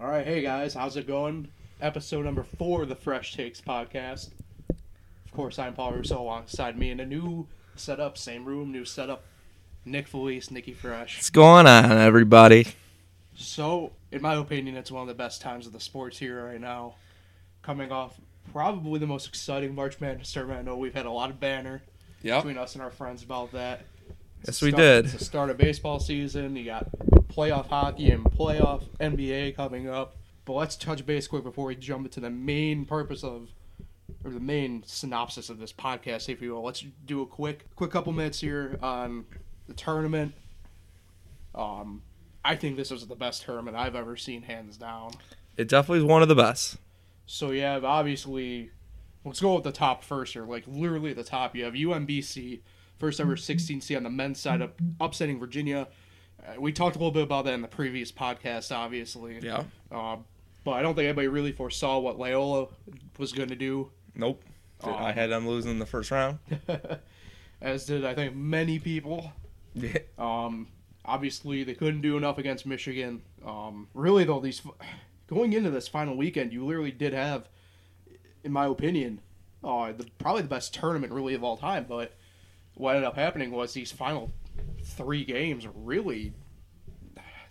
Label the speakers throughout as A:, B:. A: All right, hey guys, how's it going? Episode number four of the Fresh Takes podcast. Of course, I'm Paul Russo alongside me in a new setup, same room, new setup. Nick Felice, Nikki Fresh.
B: What's going on, everybody?
A: So, in my opinion, it's one of the best times of the sports here right now. Coming off probably the most exciting March Madness tournament. I know we've had a lot of banner
B: Yep.
A: between us and our friends about that. It's
B: Yes,
A: the
B: we
A: start-
B: did.
A: It's the start of baseball season. You got playoff hockey and playoff NBA coming up. But let's touch base quick before we jump into the main purpose of, or the main synopsis of this podcast, if you will. Let's do a quick, quick couple minutes here on the tournament. Um, I think this is the best tournament I've ever seen, hands down.
B: It definitely is one of the best.
A: So you have obviously, let's go with the top first here. Like literally at the top, you have UMBC, first ever 16 seed on the men's side, up, upsetting Virginia. Uh, we talked a little bit about that in the previous podcast, obviously.
B: Yeah.
A: Um, but I don't think anybody really foresaw what Loyola was going to do,
B: Nope.
A: Aw.
B: I had them losing in the first round.
A: as did I think many people. Um, obviously, they couldn't do enough against Michigan. Um, really, though, these going into this final weekend, you literally did have, in my opinion, uh, the, probably the best tournament really of all time. But what ended up happening was these final three games really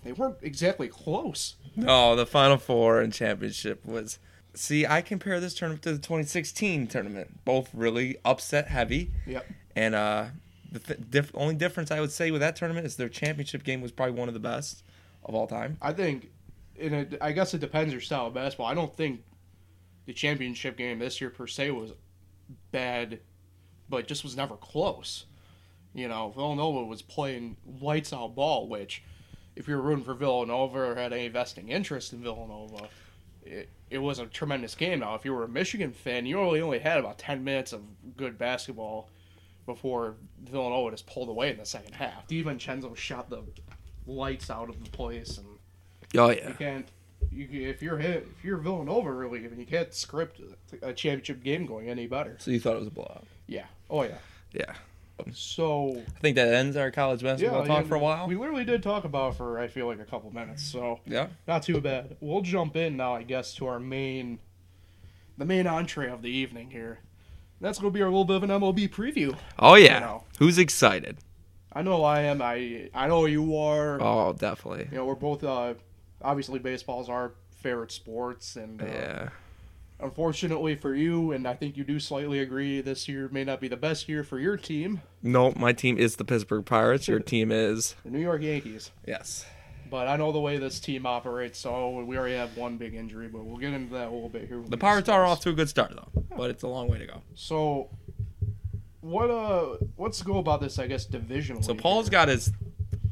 A: they weren't exactly close.
B: no, the Final Four and championship was. See, I compare this tournament to the 2016 tournament. Both really upset heavy,
A: Yep.
B: and uh, the th- diff- only difference I would say with that tournament is their championship game was probably one of the best of all time.
A: I think, and it, I guess it depends your style of basketball. I don't think the championship game this year per se was bad, but just was never close. You know, Villanova was playing lights out ball, which, if you're rooting for Villanova or had any vesting interest in Villanova, it, it was a tremendous game. Now, if you were a Michigan fan, you only only had about ten minutes of good basketball before Villanova just pulled away in the second half. DiVincenzo shot the lights out of the place, and
B: Oh yeah.
A: you can't. You, if you're hit, if you're Villanova, really, I mean, you can't script a championship game going any better.
B: So you thought it was a blowout?
A: Yeah. Oh yeah.
B: Yeah.
A: So
B: I think that ends our college
A: yeah,
B: basketball talk
A: yeah,
B: for a while.
A: We literally did talk about it for I feel like a couple minutes, so
B: yeah.
A: not too bad. We'll jump in now, I guess, to our main, the main entree of the evening here. That's gonna be our little bit of an MLB preview.
B: Oh
A: You know.
B: Who's excited?
A: I know I am. I I know you are.
B: Oh, definitely.
A: You know, we're both uh, obviously baseball's our favorite sports, and uh,
B: Yeah.
A: unfortunately for you, and I think you do slightly agree, this year may not be the best year for your team,
B: No, my team is the Pittsburgh Pirates. Your team is
A: the New York Yankees.
B: yes.
A: But I know the way this team operates, so we already have one big injury, but we'll get into that a little bit here. when
B: The
A: we
B: Pirates are
A: discuss.
B: off to a good start though, but it's a long way to go.
A: So, what uh, let's go about this, I guess, divisionally.
B: So Paul's
A: here.
B: got his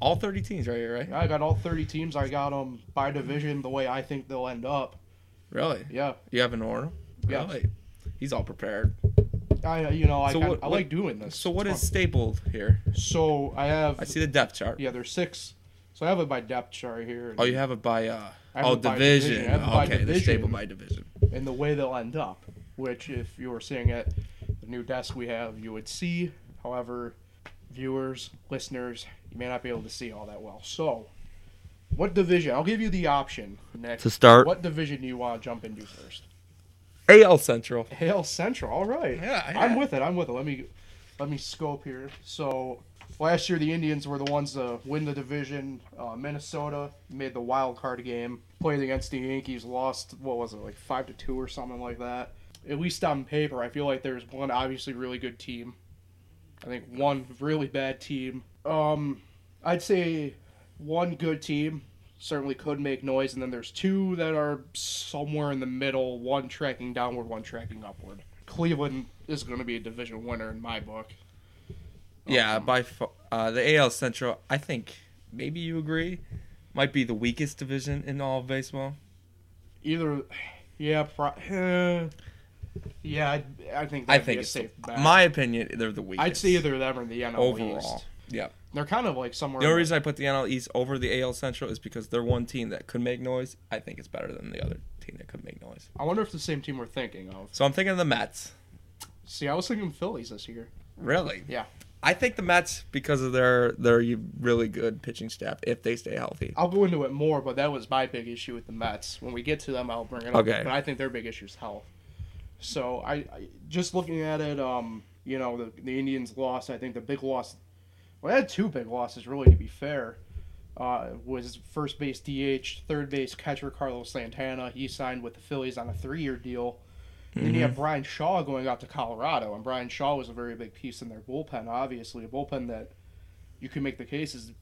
B: all 30 teams right here, right?
A: I got all 30 teams. I got them by division the way I think they'll end up.
B: Really?
A: Yeah,
B: You have an order?
A: Yeah.
B: Really? He's all prepared.
A: I uh, you know I,
B: So
A: kinda-
B: what-
A: I
B: what-
A: like doing this.
B: So what
A: It's
B: is stapled here?
A: fun. so I have
B: I see the depth chart.
A: yeah there's six. So I have it by depth chart here.
B: Oh, you have it by uh
A: I have
B: oh
A: it by
B: division.
A: division. I have it by
B: okay, they're
A: division.
B: stapled by division.
A: and the way they'll end up. Which, if you were sitting at the new desk we have, you would see. However, viewers, listeners, you may not be able to see all that well. So, what division? I'll give you the option next.
B: To start-
A: what division do you want to jump into first?
B: AL Central.
A: Hail Central. All right.
B: Yeah, yeah.
A: I'm with it. I'm with it. Let me let me scope here. So last year the Indians were the ones to win the division. Uh, Minnesota made the wild card game. Played against the Yankees. Lost what was it like five to two or something like that. At least on paper, I feel like there's one obviously really good team. I think one really bad team. Um, I'd say one good team certainly could make noise, and then there's two that are somewhere in the middle, one tracking downward, one tracking upward. Cleveland is going to be a division winner in my book.
B: Yeah, by far, uh, the AL Central, I think maybe you agree, might be the weakest division in all of baseball.
A: Either, yeah, pro- eh, yeah, I, I think
B: I
A: that'd be
B: think
A: a
B: it's
A: safe bet.
B: my opinion. They're the weakest.
A: I'd say either of them or the NL
B: overall.
A: East.
B: Yeah.
A: They're kind of like somewhere.
B: The only
A: in
B: reason I put the NL East over the AL Central is because they're one team that could make noise. I think it's better than the other team that could make noise.
A: I wonder if the same team we're thinking of.
B: So I'm thinking of the Mets.
A: See, I was thinking Phillies this year.
B: Really?
A: Yeah.
B: I think the Mets because of their their really good pitching staff if they stay healthy.
A: I'll go into it more, but that was my big issue with the Mets. When we get to them, I'll bring it up.
B: Okay.
A: But I think their big issue is health. So I, I just looking at it, um, you know, the the Indians lost. I think the big loss, well, they had two big losses really. To be fair, uh, was first base DH, third base catcher Carlos Santana. He signed with the Phillies on a three year deal. Then you have Brian Shaw going out to Colorado, and Brian Shaw was a very big piece in their bullpen. Obviously, a bullpen that you can make the case is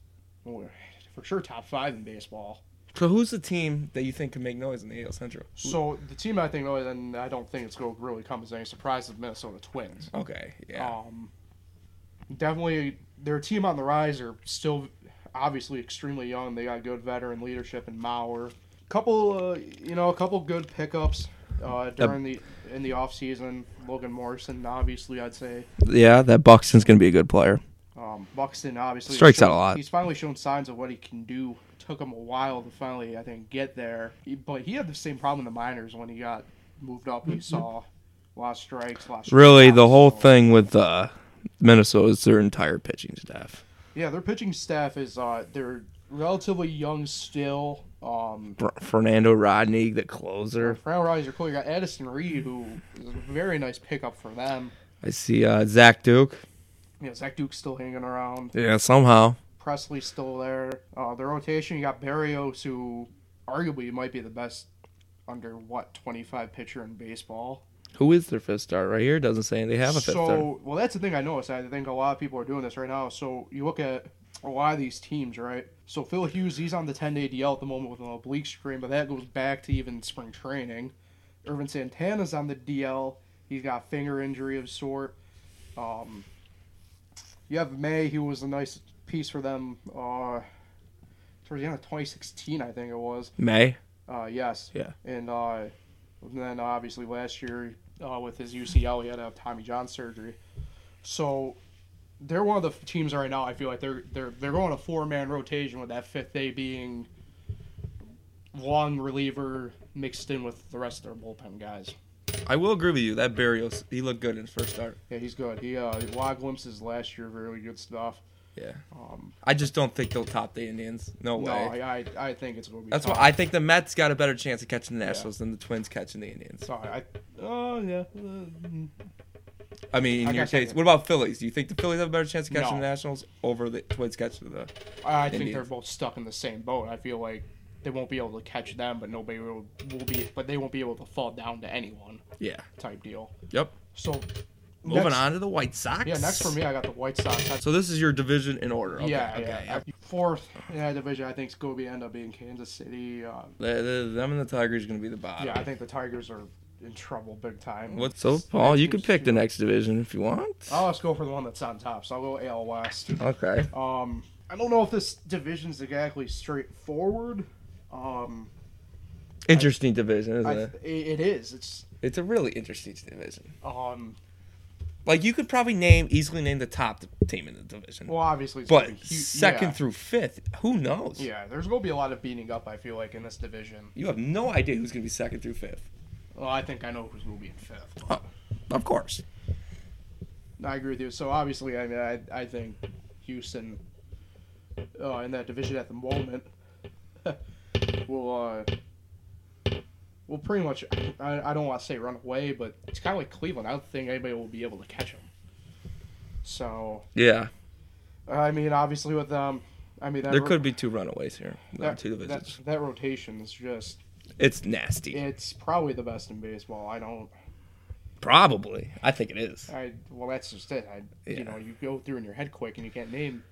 A: well, for sure top five in baseball.
B: So who's the team that you think can make noise in the AL Central?
A: So the team I think, really, and I don't think it's going to really come as any surprise, is the Minnesota Twins.
B: Okay, yeah,
A: Um, definitely, their team on the rise are still obviously extremely young. They got good veteran leadership in Mauer. Couple, uh, you know, a couple good pickups uh, during the in the off season. Logan Morrison, obviously, I'd say.
B: yeah. That Buxton's gonna be a good player.
A: Um, Buxton obviously
B: Strikes
A: showed-
B: out a lot.
A: He's finally shown signs of what he can do. Took him a while to finally, I think, get there. He- But he had the same problem in the minors when he got moved up. He saw a lot of strikes, a lot of
B: Mm-hmm. Really,
A: strikeouts,
B: the whole
A: so-
B: thing with uh, Minnesota is their entire pitching staff.
A: Yeah, their pitching staff is uh, they're relatively young still. Um,
B: Br- Fernando Rodney, the closer.
A: Brown Rise are cool. You got Addison Reed, who is a very nice pickup for them.
B: I see uh, Zach Duke.
A: You know, Zach Duke's still hanging around.
B: Yeah, somehow.
A: Presley's still there. Uh, their rotation, you got Barrios, who arguably might be the best under what twenty five pitcher in baseball.
B: Who is their fifth star? Right here doesn't say they have a fifth
A: so,
B: star.
A: well, that's the thing I noticed. I think a lot of people are doing this right now. So you look at a lot of these teams, right? So Phil Hughes, he's on the 10 day DL at the moment with an oblique strain, but that goes back to even spring training. Irvin Santana's on the DL. He's got a finger injury of sort. Um, you have May, who was a nice piece for them uh, towards the end of 2016, I think it was.
B: May.
A: Uh, yes.
B: Yeah.
A: And uh, and then obviously last year uh, with his UCL, he had to have Tommy John surgery. So they're one of the f- teams right now. I feel like they're they're they're going a four man rotation with that fifth day being long reliever mixed in with the rest of their bullpen guys.
B: I will agree with you. That Barrios, he looked good in his first start.
A: Yeah, he's good. He uh, a lot of glimpses last year, really good stuff.
B: Yeah.
A: Um,
B: I just don't think they'll top the Indians. No way.
A: no, I, I I think it's going to be.
B: That's
A: tough.
B: why I think the Mets got a better chance of catching the Nationals than the Twins catching the Indians.
A: Sorry, I. Oh yeah. Uh,
B: I mean,
A: I
B: in your
A: guess I
B: case,
A: do.
B: what about Phillies? Do you think the Phillies have a better chance of catching
A: No.
B: the Nationals over the Twins catching the?
A: I think
B: Indians.
A: they're both stuck in the same boat. I feel like they won't be able to catch them, but nobody will, will be, but they won't be able to fall down to anyone
B: Yeah.
A: type deal.
B: Yep.
A: So
B: Moving
A: next-
B: on to the White Sox.
A: Yeah, next for me, I got the White Sox. That's,
B: So this is your division in order. Okay,
A: yeah,
B: okay.
A: yeah. Fourth in that division, I think it's going to be end up being Kansas City. Uh,
B: The- the- them and the Tigers are gonna be the bottom.
A: yeah, I think the Tigers are in trouble big time.
B: What- so, Paul, you
A: can
B: could pick the next division Oh. if you want.
A: I'll just go for the one that's on top. So I'll go AL West.
B: Okay.
A: Um, I don't know if this division's exactly straightforward. Um,
B: Interesting division, isn't
A: I,
B: it?
A: it, it is. It's
B: It's a really interesting division.
A: um,
B: Like you could probably name easily name the top team in the division,
A: Well, obviously, it's
B: but
A: gonna be hu-
B: second
A: yeah.
B: through fifth, who knows?
A: Yeah, there's gonna be a lot of beating up. I feel like in this division.
B: You have no idea who's gonna be second through fifth.
A: Well, I think I know who's gonna be in fifth.
B: Oh, of course.
A: I agree with you. So obviously, I mean, I, I think Houston uh, in that division at the moment will uh, will pretty much. I, I don't want to say run away, but it's kind of like Cleveland. I don't think anybody will be able to catch them. So
B: Yeah,
A: I mean, obviously with them, I mean that
B: there
A: ro-
B: could be two runaways here. There are
A: that,
B: two divisions.
A: that, that rotation is just
B: It's nasty.
A: it's probably the best in baseball. I don't.
B: Probably. I think it is.
A: I well, that's just it. I
B: Yeah.
A: you know you go through in your head quick and you can't name.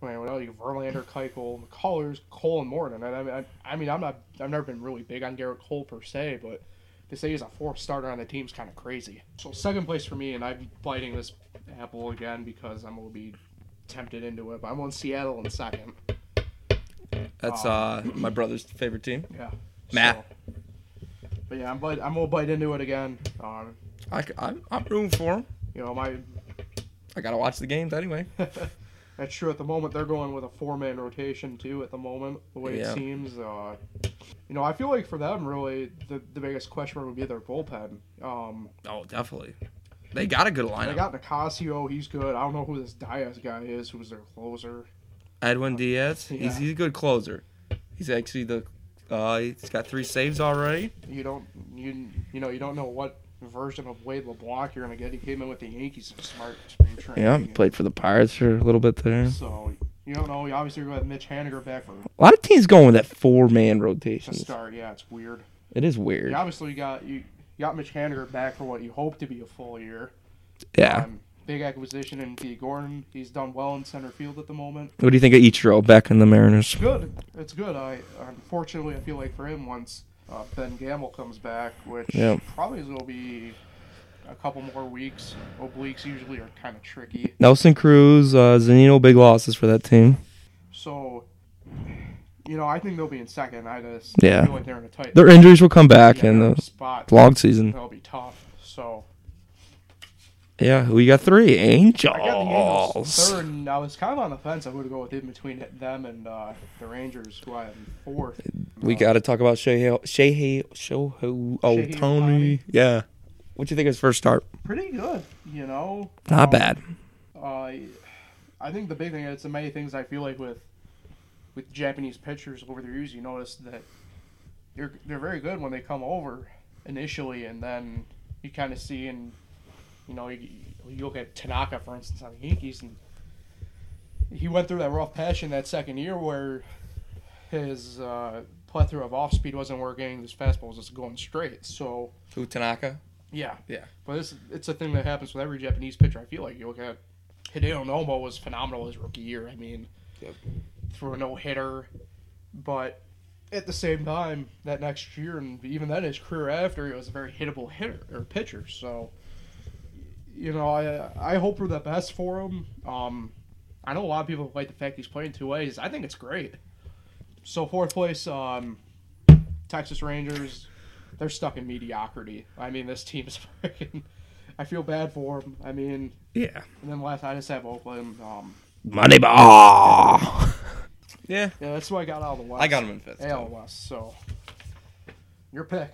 A: Well, what else? You got Verlander, Keuchel, McCullers, Cole, and Morton. And I, I, I mean, I'm not. I've never been really big on Garrett Cole per se, but to say he's a fourth starter on the team is kind of crazy. So second place for me, and I'm biting this apple again because I'm gonna be tempted into it. But I'm on Seattle in second.
B: That's
A: Oh.
B: uh my brother's favorite team.
A: Yeah.
B: Matt.
A: So- but yeah, I'm bite. I'm gonna bite into it again. Um,
B: I, am I'm rooting for him.
A: you know my
B: I gotta watch the games anyway.
A: That's true. At the moment, they're going with a four-man rotation too. At the moment, the way
B: Yeah.
A: it seems, uh, you know, I feel like for them, really, the, the biggest question would be their bullpen. Um,
B: Oh, definitely. They got a good
A: They
B: lineup.
A: got Nicasio. He's good. I don't know who this Diaz guy is, who's their closer.
B: Edwin Diaz. He's,
A: Yeah.
B: he's a good closer. He's actually the. Uh, he's got three saves already.
A: You don't you you know you don't know what version of Wade LeBlanc you're gonna get. He came in with the Yankees in smart spring training.
B: Yeah, played for the Pirates for a little bit there.
A: So you don't know. You obviously got Mitch Haniger back for
B: A lot of teams going with that four man
A: the
B: rotation.
A: start. Yeah, it's weird.
B: It is weird.
A: You obviously got you, you got Mitch Haniger back for what you hope to be a full year.
B: Yeah.
A: Um, big acquisition in D. Gordon. He's done well in center field at the moment.
B: What do you think of Ichiro back in the Mariners?
A: Good. It's good. I unfortunately I feel like for him once uh, Ben Gamble comes back, which
B: Yep.
A: probably is will be a couple more weeks. Obliques usually are kind of tricky.
B: Nelson Cruz, uh, Zanino, big losses for that team.
A: So, you know, I think they'll be in second. I just
B: Yeah.
A: feel like they're in a tight
B: Their injuries will come back
A: yeah,
B: in the
A: spot.
B: long season.
A: That'll be tough. So
B: Yeah, we got three
A: I got the Angels
B: Angels.
A: third, and I was kind of on the fence. I would go with in between them and uh, the Rangers, who I am fourth.
B: We got to talk about Shohei Shohei Shohei
A: Shohei
B: Ohtani.
A: Ohtani.
B: Yeah. What do you think of his first start?
A: pretty good, you know.
B: Not
A: Um,
B: bad.
A: Uh, I think the big thing it's the many things I feel like with with Japanese pitchers over the years, you notice that they're they're very good when they come over initially, and then you kind of see and you know you, you look at Tanaka for instance on the Yankees, and he went through that rough patch in that second year where his uh, plethora of off speed wasn't working, his fastball was just going straight, so.
B: Who Tanaka?
A: Yeah,
B: Yeah.
A: But it's it's a thing that happens with every Japanese pitcher. I feel like you look at Hideo Nomo was phenomenal his rookie year. I mean,
B: Yep.
A: threw a no hitter, but at the same time, that next year and even then his career after, he was a very hittable hitter or pitcher. So, you know, I I hope for the best for him. Um, I know a lot of people like the fact he's playing two ways. I think it's great. So fourth place, um, Texas Rangers they're stuck in mediocrity. I mean, this team is freaking. I feel bad for them. I mean,
B: Yeah.
A: and then last I just have Oakland. Um,
B: Moneyball. Yeah.
A: yeah, that's who I got out of the West.
B: I got him in fifth.
A: AL West. So, your pick.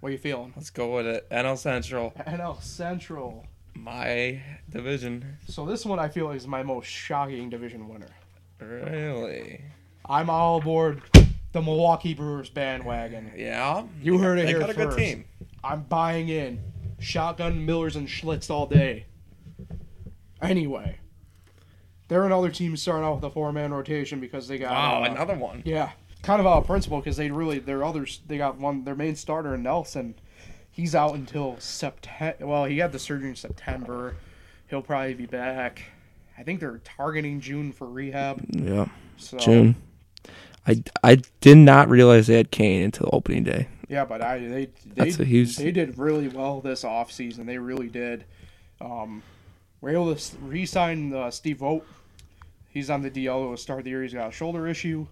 A: What are you feeling?
B: Let's go with it. NL Central,
A: NL Central.
B: my division.
A: So this one I feel is my most shocking division winner.
B: Really?
A: I'm all aboard the Milwaukee Brewers bandwagon.
B: Yeah.
A: You heard it
B: They
A: here
B: got a good
A: first.
B: team.
A: I'm buying in. Shotgun Millers and Schlitz all day. Anyway, they're another team starting out with a four-man rotation because they got
B: Wow,
A: uh,
B: another one.
A: yeah, kind of out of principle because they really their others they got one their main starter Nelson, he's out until September. Well, he had the surgery in September. He'll probably be back. I think they're targeting June for rehab.
B: Yeah.
A: So
B: June. I, I did not realize they had Kane until opening day.
A: Yeah, but I they they,
B: That's a huge-
A: they did really well this offseason. They really did. Um, we're able to s- re-sign uh, Steve Vogt. He's on the DL to start of the year. He's got a shoulder issue.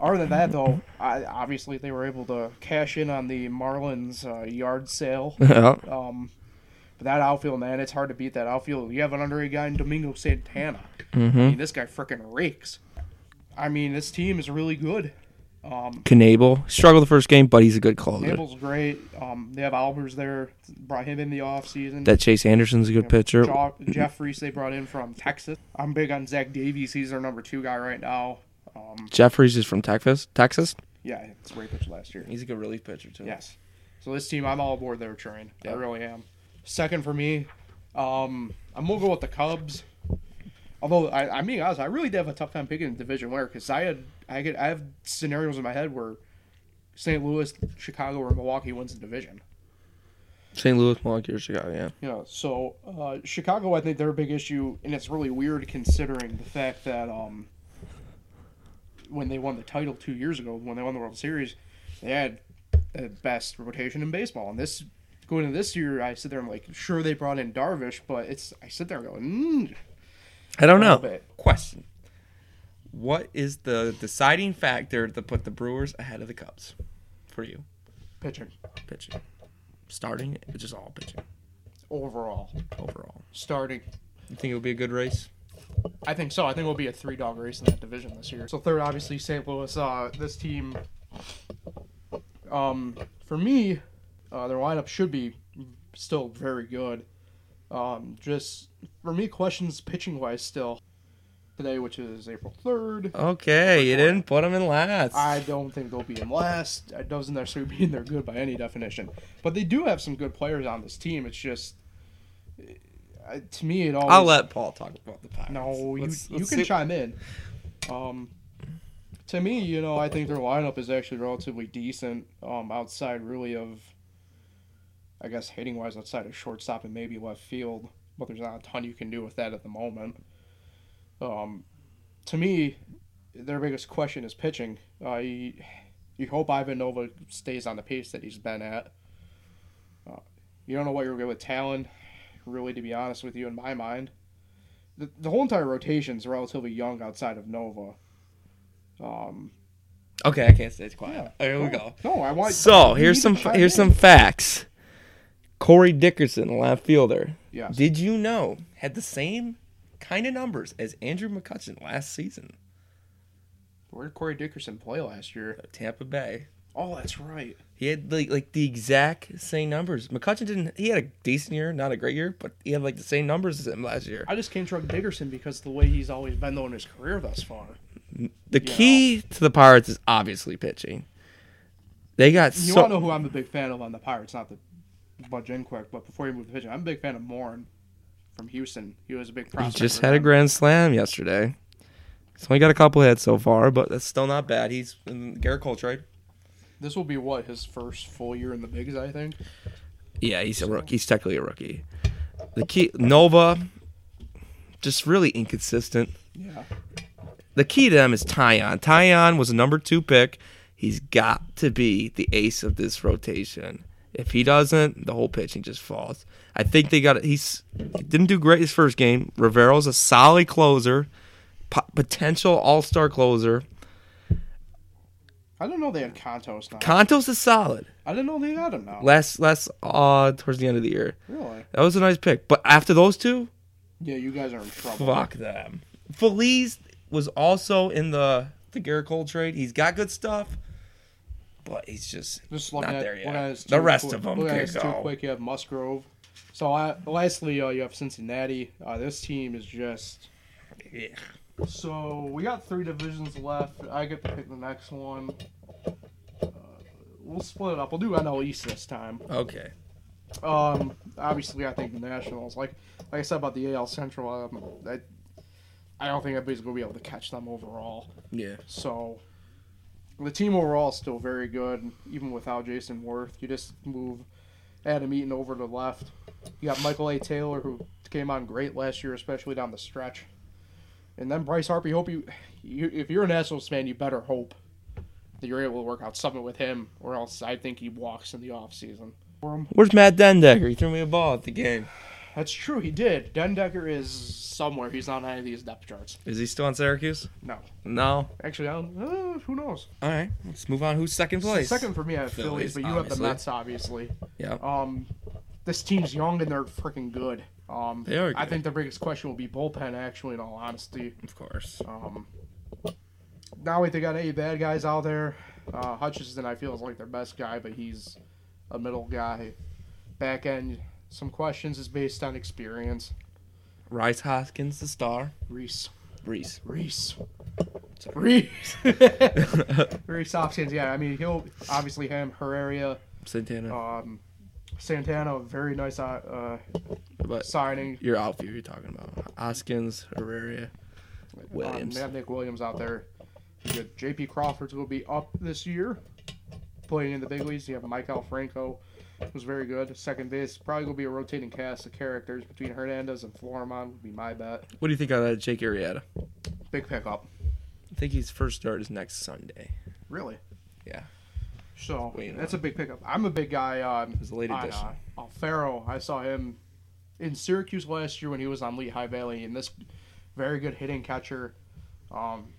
A: Other than that, though, I, obviously they were able to cash in on the Marlins uh, yard sale.
B: Yeah.
A: Um, but that outfield, man, it's hard to beat that outfield. You have an underrated guy in Domingo Santana.
B: Hmm?
A: I
B: Mm-hmm.
A: mean, this guy freaking rakes. I mean, this team is really good. Um,
B: Knable struggled the first game, but he's a good closer.
A: Nable's great. Um, they have Albers there. Brought him in the offseason.
B: That Chase Anderson's a good pitcher.
A: Jo- Jeff Reese they brought in from Texas. I'm big on Zach Davies. He's their number two guy right now. Um,
B: Jeffries is from Texas. Texas.
A: yeah, it's way pitch last year.
B: He's a good relief pitcher too.
A: Yes. So this team, I'm all aboard their train. I really am. Second for me, um, I'm gonna go with the Cubs. Although I, I mean, honest, I really did have a tough time picking a division winner because I had, I could, I have scenarios in my head where St. Louis, Chicago, or Milwaukee wins the division.
B: St. Louis, Milwaukee, or Chicago. Yeah.
A: You know, so uh, Chicago, I think their big issue, and it's really weird considering the fact that um, when they won the title two years ago, when they won the World Series, they had the best rotation in baseball. And this going into this year, I sit there and I'm like, sure they brought in Darvish, but it's I sit there and go, mm,
B: I don't know.
A: little bit.
B: Question: What is the deciding factor to put the Brewers ahead of the Cubs for you?
A: pitching
B: Pitching, starting, it's just all pitching
A: overall
B: overall.
A: starting.
B: You think it would be a good race?
A: I think so. I think we'll be a three dog race in that division this year. So third, obviously St. Louis. Uh, this team, um, for me, uh, their lineup should be still very good. Um, just for me, questions pitching wise still today, which is April third.
B: Okay, you didn't put them in last.
A: I don't think they'll be in last. It doesn't necessarily mean they're good by any definition, but they do have some good players on this team. It's just uh, to me, it always.
B: I'll let Paul talk about the Pirates.
A: No,
B: Let's-
A: you you
B: let's
A: can
B: see-
A: chime in. Um, to me, you know, I think their lineup is actually relatively decent. Um, outside really of, I guess hitting wise, outside of shortstop and maybe left field, but there's not a ton you can do with that at the moment. Um, to me, their biggest question is pitching. Uh, you, you hope Ivan Nova stays on the pace that he's been at. Uh, you don't know what you're going to get with Talon, really, to be honest with you, in my mind the, the whole entire rotation's relatively young outside of Nova. Um,
B: Okay, I can't stay quiet.
A: Yeah,
B: here we
A: cool.
B: go.
A: no, I want.
B: So
A: you
B: here's
A: need
B: some
A: to chime
B: here's
A: in.
B: some facts. Corey Dickerson, left fielder.
A: Yes.
B: Did you know had the same kind of numbers as Andrew McCutcheon last season?
A: Where did Corey Dickerson play last year?
B: Tampa Bay.
A: Oh, that's right.
B: He had like like the exact same numbers. McCutcheon didn't. He had a decent year, not a great year, but he had like the same numbers as him last year.
A: I just can't truck Dickerson because the way he's always been though in his career thus far.
B: The key to the Pirates is obviously pitching. They got
A: You
B: so
A: all know who I'm a big fan of on the Pirates, not the Bud quick, but before you move to pitching, I'm a big fan of Morn from Houston. He was a big
B: he
A: prospect.
B: just
A: for
B: had a
A: them.
B: grand slam yesterday. He's only got a couple hits so far, but that's still not bad. He's in Garrett Coltrane.
A: This will be what his first full year in the bigs, I think.
B: Yeah, he's a rookie. He's technically a rookie. The key Nova, just really inconsistent.
A: Yeah.
B: The key to them is Tyon. Tyon was a number two pick. He's got to be the ace of this rotation. If he doesn't, the whole pitching just falls. I think they got. He's he didn't do great his first game. Rivero's a solid closer, po- potential All Star closer.
A: I don't know they had Contos now.
B: Contos is solid.
A: I didn't know they had him now.
B: Last last uh towards the end of the year,
A: Really?
B: that was a nice pick. But after those two,
A: Yeah, you guys are in trouble.
B: Fuck them. Feliz was also in the the Garrett Cole trade. He's got good stuff, but he's just
A: Just look
B: not
A: at,
B: there
A: look at
B: yet.
A: his
B: The
A: two
B: rest
A: quick-
B: of them
A: Look at
B: can
A: his two
B: go.
A: quick. You have Musgrove. So I, lastly, uh, you have Cincinnati. Uh, this team is just
B: Yeah.
A: so we got three divisions left. I get to pick the next one. Uh, We'll split it up. We'll do NL East this time.
B: Okay.
A: Um, obviously, I think the Nationals, like like I said about the AL Central, um, I, I don't think anybody's gonna be able to catch them overall.
B: Yeah.
A: So the team overall is still very good, even without Jason Worth. You just move Adam Eaton over to the left. You got Michael A. Taylor, who came on great last year, especially down the stretch. And then Bryce Harper. you Hope you, you if you're a Nationals fan, you better hope that you're able to work out something with him, or else I think he walks in the offseason. For him.
B: Where's Matt Dendecker? He threw me a ball at the game.
A: That's true. He did. Dendecker is somewhere. He's not on any of these depth charts.
B: Is he still on Syracuse?
A: No,
B: No.
A: actually, I don't. Uh, who knows?
B: All right. Let's move on. Who's second place?
A: Second for me, I have
B: Phillies,
A: Phillies, but you have
B: obviously.
A: the Mets, obviously.
B: Yeah.
A: Um, this team's young and they're freaking good. Um,
B: They are
A: I
B: good.
A: think the biggest question will be bullpen, actually, in all honesty.
B: Of course.
A: Um, not only they got any bad guys out there. Uh, Hutchinson, I feel, is like their best guy, but he's a middle guy. Back end, some questions is based on experience.
B: Rice Hoskins, the star.
A: Reese,
B: Reese.
A: Reese,
B: Sorry.
A: Reese, Reese Hopkins. Yeah, I mean, he'll obviously him Herrera,
B: Santana.
A: um, Santana, very nice uh, uh,
B: but
A: signing.
B: your outfield you're talking about. Hoskins, Herrera. Williams.
A: Um, they have Nick Williams out there. You got JP Crawford's will be up this year, playing in the big leagues. You have Mike Alfranco, who's very good. Second base, probably going to be a rotating cast of characters between Hernandez and Florimon, would be my bet.
B: What do you think of that Jake Arrieta?
A: Big pickup.
B: I think his first start is next Sunday.
A: Really?
B: Yeah.
A: So,
B: Wait,
A: that's a big pickup. I'm a big guy on,
B: was a late
A: on
B: addition.
A: uh, Alfaro. I saw him in Syracuse last year when he was on Lehigh Valley, and this very good hitting catcher. Um,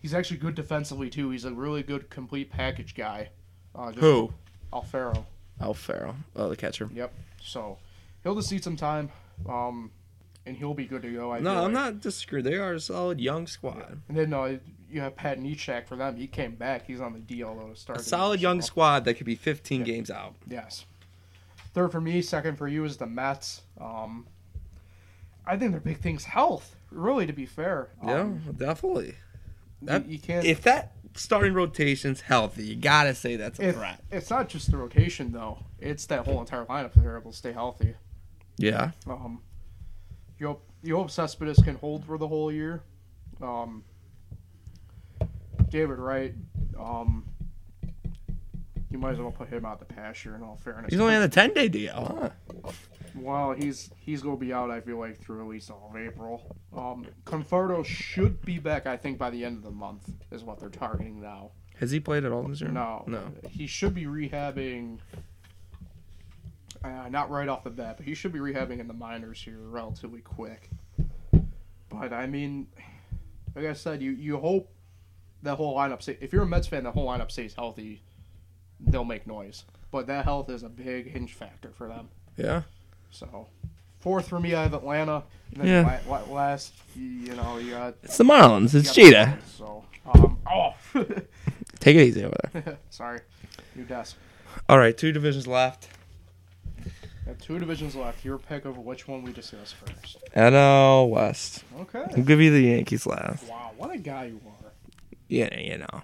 A: he's actually good defensively, too. He's a really good complete package guy. Uh, just
B: Who?
A: Alfaro.
B: Al Farrell, oh, the catcher.
A: Yep. So he'll just need some time, um, and he'll be good to go. I
B: No,
A: feel like.
B: I'm not disagreeing. They are a solid young squad.
A: And then uh, you have Pat Nechak for them. He came back. He's on the DL though to start.
B: A
A: the
B: solid
A: year,
B: young
A: so-
B: squad that could be 15 games out.
A: Yes. Third for me, second for you is the Mets. Um, I think their big thing's health. Really, to be fair.
B: Yeah,
A: Um,
B: definitely.
A: you-
B: That-
A: you, can't.
B: If that starting rotation's healthy, you gotta say that's a
A: if-
B: threat.
A: it's not just the rotation though. It's that whole entire lineup that they're able to stay healthy.
B: Yeah.
A: Um, you hope you hope Cespedes can hold for the whole year. Um, David Wright. Um, you might as well put him out the pasture. In all fairness,
B: He's only on a ten day DL, huh?
A: Well, he's he's gonna be out. I feel like through at least all of April. Um, Conforto should be back. I think by the end of the month is what they're targeting now.
B: Has he played at all this year?
A: No,
B: Mm. No.
A: He should be rehabbing. Uh, not right off the bat, but he should be rehabbing in the minors here relatively quick. But I mean, like I said, you you hope that whole lineup. Stay, if you're a Mets fan, the whole lineup stays healthy. They'll make noise, but that health is a big hinge factor for them.
B: Yeah.
A: So, fourth for me, I have Atlanta. And then
B: Yeah.
A: la- la- last, you know, you got.
B: It's the Marlins. It's
A: you
B: Cheetah.
A: got- So, um, oh,
B: Take it easy over there.
A: sorry, new desk.
B: All right, two divisions left.
A: We have two divisions left. Your pick of which one we discuss first.
B: NL West. I'll
A: Okay.
B: give you the Yankees last.
A: Wow, what a guy you are.
B: Yeah, you know.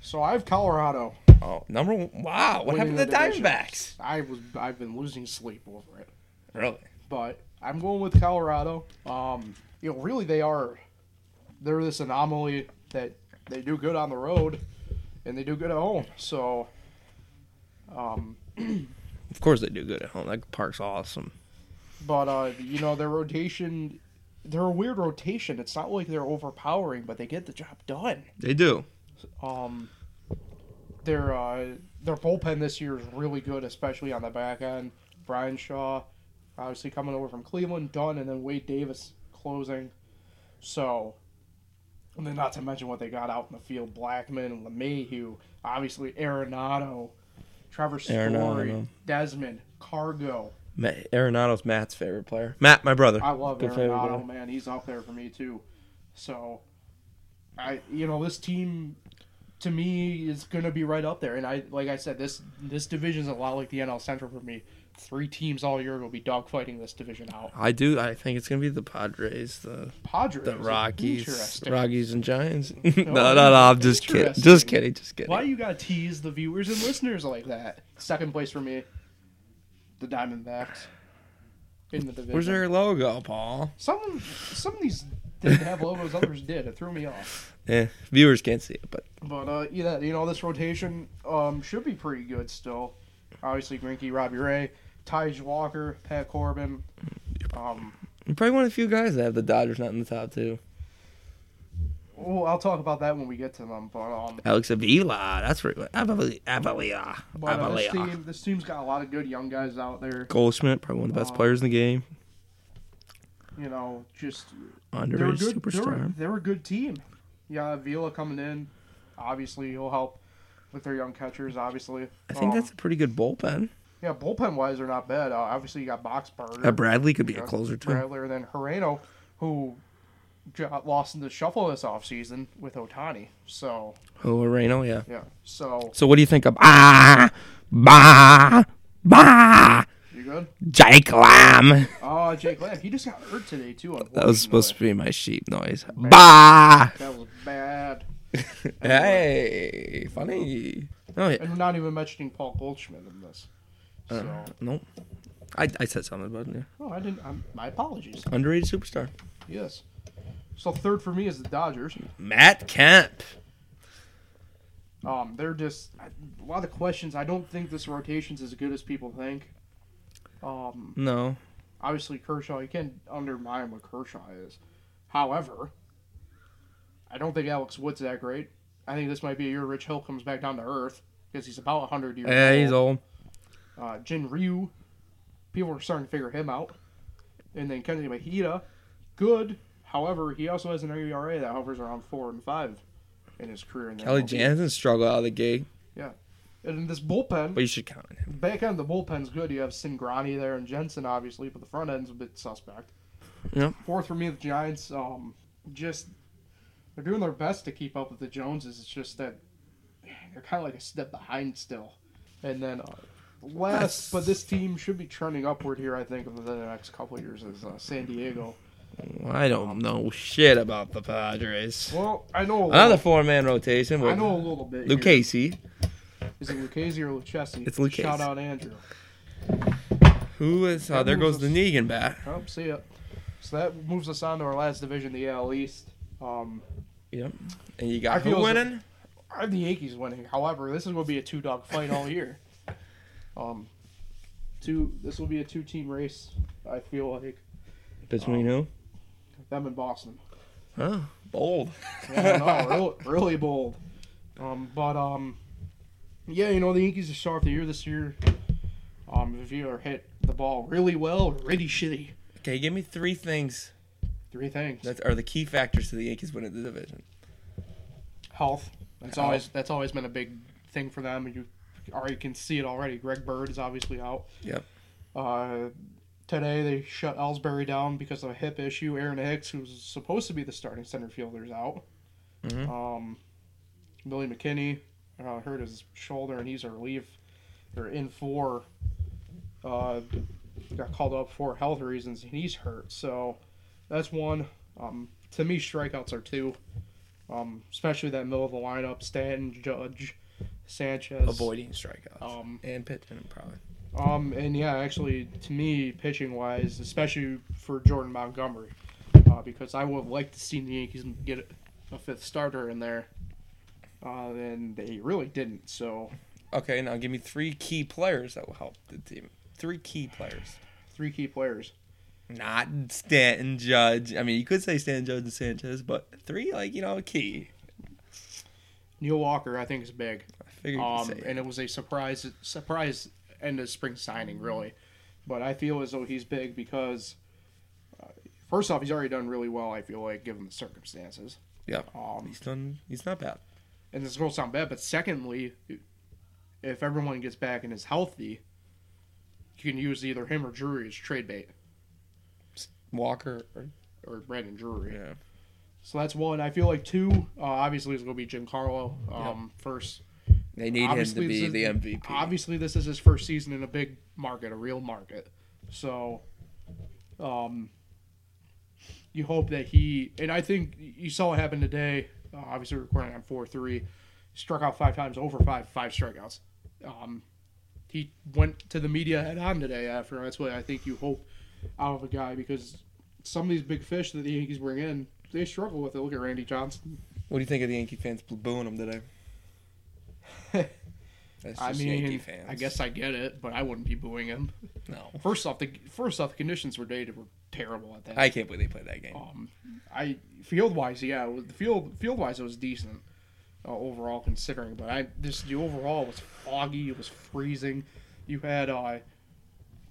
A: So I have Colorado.
B: Oh, number one. Wow, what
A: winning
B: happened to the
A: the division.
B: Diamondbacks?
A: I was I've been losing sleep over it,
B: Really?
A: but I'm going with Colorado. Um, you know, really they are, they're this anomaly that they do good on the road, and they do good at home. So, um,
B: Of course they do good at home. That park's awesome.
A: But uh, you know their rotation, they're a weird rotation. It's not like they're overpowering, but they get the job done.
B: They do.
A: Um, their uh, their bullpen this year is really good, especially on the back end. Brian Shaw, obviously coming over from Cleveland, Dunn, and then Wade Davis closing. So, and then not to mention what they got out in the field: Blackman, LeMahieu, obviously Arenado, Trevor
B: Arenado.
A: Story, Desmond, Cargo.
B: Ma Arenado's Matt's favorite player. Matt, my brother.
A: I love
B: Good favorite
A: Arenado,
B: guy.
A: man. He's up there for me too. So, I you know this team to me is gonna be right up there. And I like I said this this division is a lot like the NL Central for me. Three teams all year will be dogfighting this division out.
B: I do. I think it's gonna be the Padres, the
A: Padres,
B: the Rockies,
A: Interesting.
B: Rockies and Giants. no, no, no. I'm just kidding. Just
A: Interesting.
B: kidding. Just kidding.
A: Why you gotta tease the viewers and listeners like that? Second place for me, the Diamondbacks in the division.
B: Where's their logo, Paul?
A: Some some of these didn't have logos, others did. It threw me off.
B: Yeah, Eh, viewers can't see it, but
A: But uh, yeah, you know this rotation um, should be pretty good still. Obviously, Grinky, Robbie Ray, Taj Walker, Pat Corbin. Um,
B: you're probably one of the few guys that have the Dodgers not in the top two.
A: well, I'll talk about that when we get to them. But um,
B: Alex Avila. That's right. Avila. Avila.
A: but uh, this
B: Avila.
A: team, this team's got a lot of good young guys out there.
B: Goldschmidt, probably one of the best
A: Uh,
B: players in the game.
A: You know, just they're a
B: Underrated
A: good. They're,
B: superstar.
A: they're a good team. Yeah, Vila coming in, obviously he'll help with their young catchers. Obviously, Um,
B: I think that's a pretty good bullpen.
A: yeah. Bullpen wise, they're not bad. Uh, obviously, you got Boxberger.
B: Uh, Bradley could be a
A: Yeah,
B: closer too.
A: Rattler than Moreno, who got lost in the shuffle this offseason with Otani. So,
B: Oh, Moreno, yeah.
A: yeah. So,
B: So what do you think of ah, bah, bah,
A: you good?
B: Jake Lamb?
A: Oh, Jake Lamb. He just got hurt today, too.
B: That was supposed to be my sheep noise. Bah.
A: That was bad.
B: Hey, funny. Oh yeah. Uh,
A: And we're not even mentioning Paul Goldschmidt in this. So,
B: Nope. I, I said something about it. yeah.
A: oh, I didn't. I'm, my apologies.
B: Underrated superstar.
A: Yes. So, third for me is the Dodgers.
B: Matt Kemp.
A: Um, they're just a lot of questions. I don't think this rotation's as good as people think. Um,
B: No.
A: obviously Kershaw, you can't undermine what Kershaw is. However, I don't think Alex Wood's that great. I think this might be a year Rich Hill comes back down to earth because he's about 100 years
B: Yeah,
A: old.
B: he's old.
A: Uh, Jin Ryu, people are starting to figure him out. And then Kenji Mahita, good. However, he also has an ERA that hovers around 4 and 5 in his career. In the
B: Kelly
A: MLB.
B: Jansen struggled out of the gate,
A: And in this bullpen,
B: but you should count on him.
A: back end, the bullpen's good. You have Singrani there and Jensen, obviously, but the front end's a bit suspect.
B: Yep.
A: Fourth for me, the Giants. Um, just they're doing their best to keep up with the Joneses. It's just that they're kind of like a step behind still. And then uh, last, but this team should be trending upward here. I think over the next couple of years is uh, San Diego.
B: I don't know shit about the Padres.
A: Well, I know a little,
B: Another four man rotation
A: I
B: with
A: know a little bit. here.
B: Lucchese.
A: Is it Lucchese or Lucchesi?
B: It's Lucchese.
A: Shout out Andrew.
B: Who is? Oh, there goes the Negan bat.
A: Oh, see ya. So that moves us on to our last division, the AL East. Um,
B: And you got
A: I feel
B: who
A: as-
B: winning?
A: I have the Yankees winning. However, this is going to be a two dog fight all year. Um, two. This will be a two team race. I feel like
B: Between who?
A: them and Boston.
B: Oh, bold.
A: Yeah, no, really, really bold. Um, but um, yeah, you know the Yankees are starting off the year this year. Um, if you are hit the ball really well or really shitty,
B: Okay, give me three things
A: three things:
B: that are the key factors to the Yankees winning the division.
A: health. That's
B: Health.
A: always that's always been a big thing for them. You already can see it already. Greg Bird is obviously out.
B: Yep.
A: Uh, today they shut Ellsbury down because of a hip issue. Aaron Hicks, who was supposed to be the starting center fielder, is out.
B: Mhm.
A: Um, Billy McKinney uh, hurt his shoulder and he's a relief. They're in for. Uh, got called up for health reasons and he's hurt. So that's one. Um, to me, strikeouts are two. Um, especially that middle of the lineup, Stanton, Judge, Sanchez.
B: Avoiding strikeouts
A: Um,
B: and pitching, probably.
A: um, and yeah, actually, to me, pitching wise, especially for Jordan Montgomery, uh, because I would like to see the Yankees get a fifth starter in there, uh, and they really didn't. So
B: Okay, now give me three key players that will help the team. Three key players.
A: three key players.
B: Not Stanton Judge. I mean, you could say Stanton Judge and Sanchez, but three, like you know, key.
A: Neil Walker, I think, is big,
B: I figured you
A: um,
B: could say.
A: and it was a surprise surprise end of spring signing, really. But I feel as though he's big because, uh, first off, he's already done really well. I feel like given the circumstances.
B: yeah,
A: Um,
B: he's done. He's not bad.
A: and this will sound bad, but secondly, if everyone gets back and is healthy, you can use either him or Drury as trade bait
B: Walker. Or,
A: or Brandon Drury.
B: yeah.
A: So that's one. I feel like two, uh, obviously, is going to be Giancarlo um, first.
B: They need
A: Obviously,
B: him to be
A: this
B: the
A: is-
B: MVP.
A: Obviously, this is his first season in a big market, a real market. So, um, you hope that he and I think you saw what happened today. Uh, obviously, recording on four three, struck out five times, over five, five strikeouts. Um, he went to the media head on today after. That's what I think you hope out of a guy because some of these big fish that the Yankees bring in, they struggle with it. Look at Randy Johnson.
B: What do you think of the Yankee fans booing him today? That's just
A: I mean,
B: Yankee fans.
A: I guess I get it, but I wouldn't be booing him.
B: no.
A: First off, the first off the conditions for Data were terrible at that.
B: I can't believe they played that game.
A: um, I field wise, yeah, it was, the field field wise it was decent uh, overall considering, but I this the overall was foggy. It was freezing. You had uh,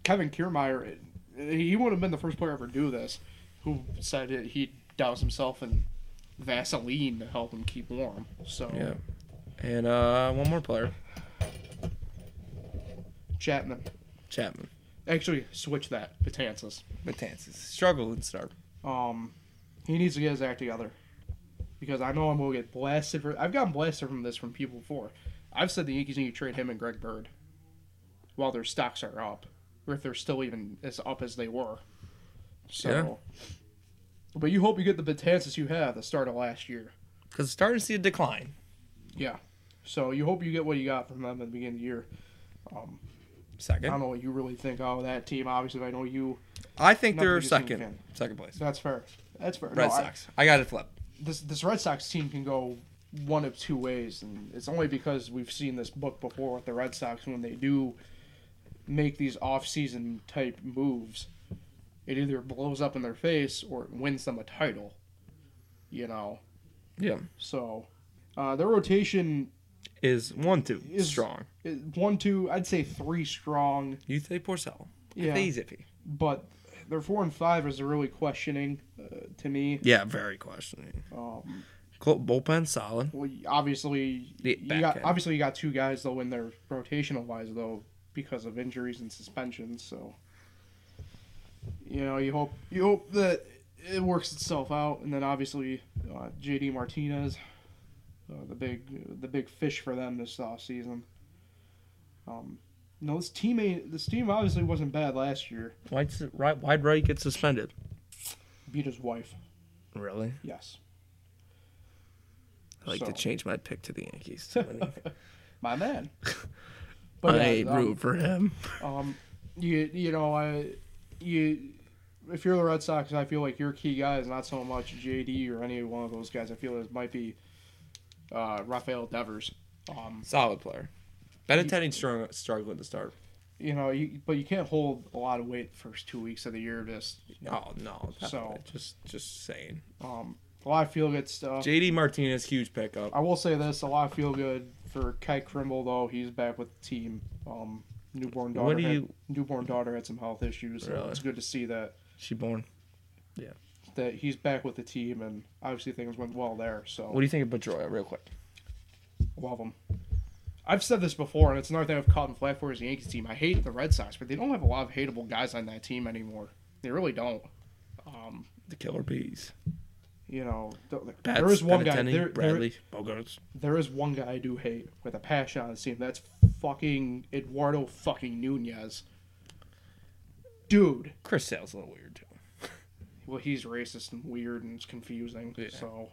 A: Kevin Kiermaier. He would have been the first player ever to do this, who said that he doused himself in Vaseline to help him keep warm. So
B: Yeah. And uh, one more player,
A: Chapman
B: Chapman.
A: actually switch that Patansis.
B: Batanzas struggled and start.
A: Um, he needs to get his act together because I know I'm gonna get blasted for. I've gotten blasted from this from people before. I've said the Yankees need to trade him and Greg Bird while their stocks are up, or if they're still even as up as they were. So, but you hope you get the Betances you had at the start of last year.
B: Because starting to see a decline.
A: Yeah. So you hope you get what you got from them at the beginning of the year. Um, I don't
B: Second,
A: know what you really think of that team. Obviously, I know you.
B: I think
A: Not the
B: they're
A: biggest Yankee
B: second.
A: fan.
B: Second place.
A: That's fair. That's fair. No,
B: Red
A: I-
B: Sox. I, got it flipped.
A: this this Red Sox team can go one of two ways, and it's only because we've seen this book before with the Red Sox when they do make these off-season type moves, it either blows up in their face or it wins them a title. You know,
B: Yeah.
A: so uh, their rotation
B: Is one two
A: Is-
B: strong.
A: is one, two, I'd say three strong,
B: You say Porcello.
A: Yeah.
B: I think he's iffy.
A: but their four and five is really questioning uh, to me.
B: Yeah, very questioning.
A: Um,
B: Cl- bullpen solid.
A: Well, y- obviously,
B: The
A: you
B: back
A: got
B: end.
A: obviously you got two guys though in their rotational wise though because of injuries and suspensions. So, you know, you hope you hope that it works itself out, and then obviously uh, JD Martinez, uh, the big the big fish for them this offseason. Um, No, this team ain't, this team obviously wasn't bad last year.
B: Why'd, s- right, why'd Wright get suspended?
A: Beat his wife.
B: Really?
A: Yes.
B: I like
A: So.
B: to change my pick to the Yankees. too, and
A: My man.
B: I
A: yeah, um,
B: root for him.
A: Um, you you know I you if you're the Red Sox, I feel like your key guy is not so much JD or any one of those guys. I feel it might be uh, Rafael Devers. Um,
B: Solid player. Benatendi strong, struggling to start.
A: you know, you, but you can't hold a lot of weight the first two weeks of the year. Just
B: Oh no!
A: So-
B: just just saying.
A: um, a lot of feel good stuff.
B: JD Martinez, huge pickup.
A: I will say this: a lot of feel good for Kai Krimble, though he's back with the team. Um, newborn daughter.
B: What do
A: had-
B: you-
A: newborn daughter had some health issues, so
B: Really?
A: it's good to see that
B: She born.
A: that he's back with the team, and obviously things went well there. So.
B: What do you think of Pedroia, real quick?
A: Love them. I've said this before, and it's another thing I've caught in flat for is the Yankees team. I hate the Red Sox, but they don't have a lot of hateable guys on that team anymore. They really don't. Um,
B: The Killer Bees.
A: you know, th-
B: Bats,
A: there is one guy.
B: Benatendi,
A: There, there,
B: Bradley, Bogarts.
A: there is one guy I do hate with a passion on his team. That's fucking Eduardo fucking Nunez. Dude,
B: Chris Sale's a little weird too.
A: well, he's racist and weird and it's confusing.
B: Yeah.
A: So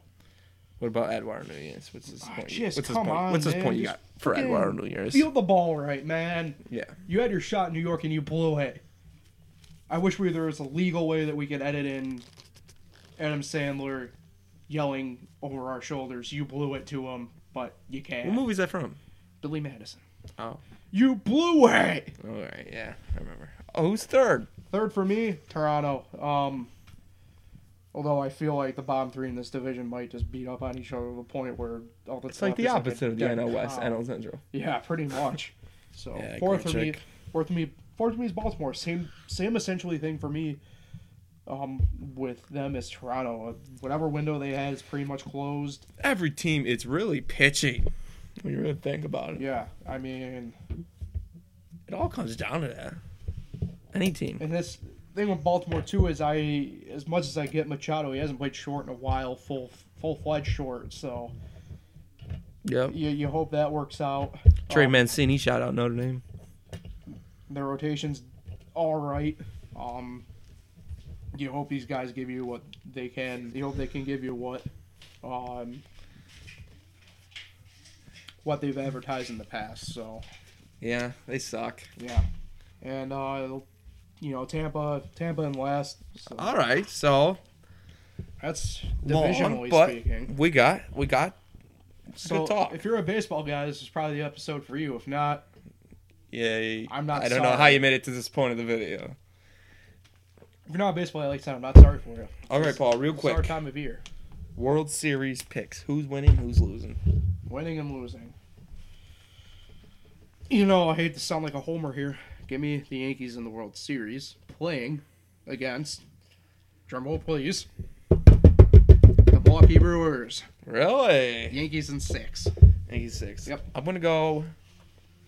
B: What about Eduardo Nunez? What's his
A: Ah,
B: point?
A: just
B: What's his
A: come
B: point?
A: on,
B: What's his
A: man.
B: point you
A: Just
B: got for
A: fucking
B: Eduardo Nunez?
A: feel the ball right, man.
B: Yeah.
A: You had your shot in New York and you blew it. I wish we there was a legal way that we could edit in Adam Sandler yelling over our shoulders, "You blew it" to him, but you can't.
B: What movie is that from?
A: Billy Madison.
B: Oh.
A: You blew it.
B: All right. Yeah, I remember. Oh, who's third?
A: Third for me, Toronto. Um, although I feel like the bottom three in this division might just beat up on each other to the point where all the
B: It's like the opposite of the NL West, NL Central. Oh.
A: Yeah, pretty much. So
B: Yeah,
A: fourth for
B: Grichuk.
A: me, fourth for me, fourth for me is Baltimore. Same, same essentially thing for me. Um, with them is Toronto. Whatever window they had is pretty much closed.
B: Every team, it's really pitching. When you really think about it,
A: Yeah, I mean,
B: it all comes down to that. Any team.
A: and this thing with Baltimore too is I, as much as I get Machado, he hasn't played short in a while, full full fledged short. So
B: Yep.
A: you you hope that works out.
B: Trey
A: Um,
B: Mancini, shout out Notre Dame.
A: their rotation's all right. Um, you hope these guys give you what they can. You hope they can give you what, um, what they've advertised in the past. So
B: Yeah, they suck.
A: yeah, and uh, you know Tampa, Tampa in last. So
B: All right, so
A: that's
B: long,
A: divisionally
B: but
A: speaking.
B: we got we got
A: So
B: good talk.
A: if you're a baseball guy, this is probably the episode for you. If not,
B: Yay!
A: I'm not
B: I don't know
A: sorry.
B: how you made it to this point of the video.
A: if you're not a baseball guy like Sam, I'm not sorry for you.
B: All right, Paul, real
A: It's our
B: quick.
A: time of year,
B: World Series picks. Who's winning? Who's losing?
A: winning and losing. You know, I hate to sound like a homer here. Give me the Yankees in the World Series playing against, drumroll please, the Milwaukee Brewers.
B: Really?
A: Yankees in six.
B: Yankees six.
A: Yep.
B: I'm gonna go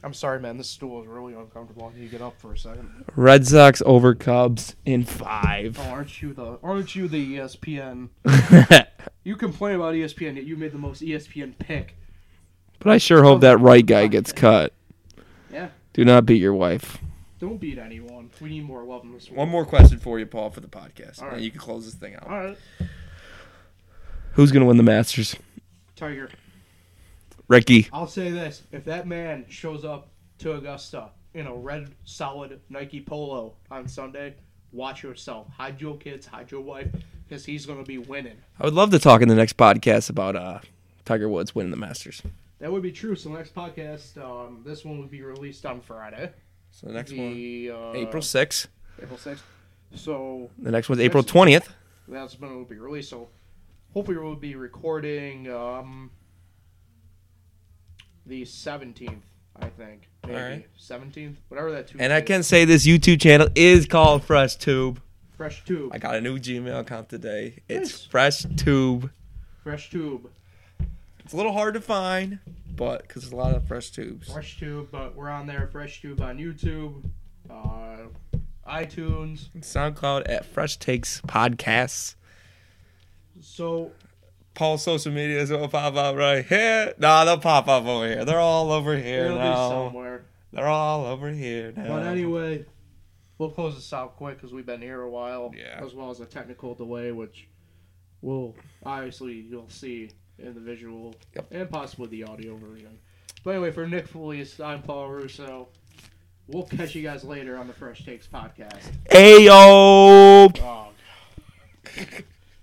A: I'm sorry, man. This stool is really uncomfortable. I need to get up for a second.
B: Red Sox over Cubs in five.
A: Oh, aren't you the aren't you the E ESPN? Oh.
B: but
A: You complain about E ESPN, yet you made the most E ESPN pick.
B: I sure hope that right guy gets cut.
A: Yeah.
B: Do not beat your wife.
A: Don't beat anyone. We need more love in this world.
B: One more question for you, Paul, for the podcast.
A: All
B: and
A: right.
B: You can close this thing out.
A: All right,
B: Who's gonna win the Masters?
A: Tiger.
B: Ricky.
A: I'll say this: if that man shows up to Augusta in a red solid Nike polo on Sunday, watch yourself. Hide your kids, hide your wife, because he's gonna be winning.
B: I would love to talk in the next podcast about uh, Tiger Woods winning the Masters.
A: That would be true. So next podcast, um, this one will be released on Friday.
B: So the next one,
A: the, Uh,
B: April 6th.
A: April sixth. So
B: The next one's
A: next-
B: April 20th.
A: that's when it will be released. So hopefully we'll be recording um, the seventeenth. I think
B: All
A: maybe
B: right.
A: seventeenth, whatever that. Tuesday
B: And I
A: is.
B: can say this YouTube channel is called Fresh Tube.
A: fresh tube.
B: I got a new Gmail account today. It's
A: Nice.
B: Fresh Tube.
A: Fresh tube.
B: It's a little hard to find, but because there's a lot of Fresh Tubes.
A: Fresh Tube, but we're on there. Fresh Tube on YouTube, uh, iTunes.
B: SoundCloud at Fresh Takes Podcasts.
A: So
B: Paul's social media is will pop up right here. Nah, they'll pop up over here. They're all over here
A: it'll be
B: now.
A: somewhere.
B: They're all over here now.
A: But anyway, we'll close this out quick because we've been here a while.
B: Yeah.
A: As well as a technical delay, which will obviously you'll see in the visual
B: Yep.
A: and possibly the audio version. But anyway, for Nick Felice, I'm Paul Russo. We'll catch you guys later on the Fresh Takes podcast.
B: Ayo.
A: Oh,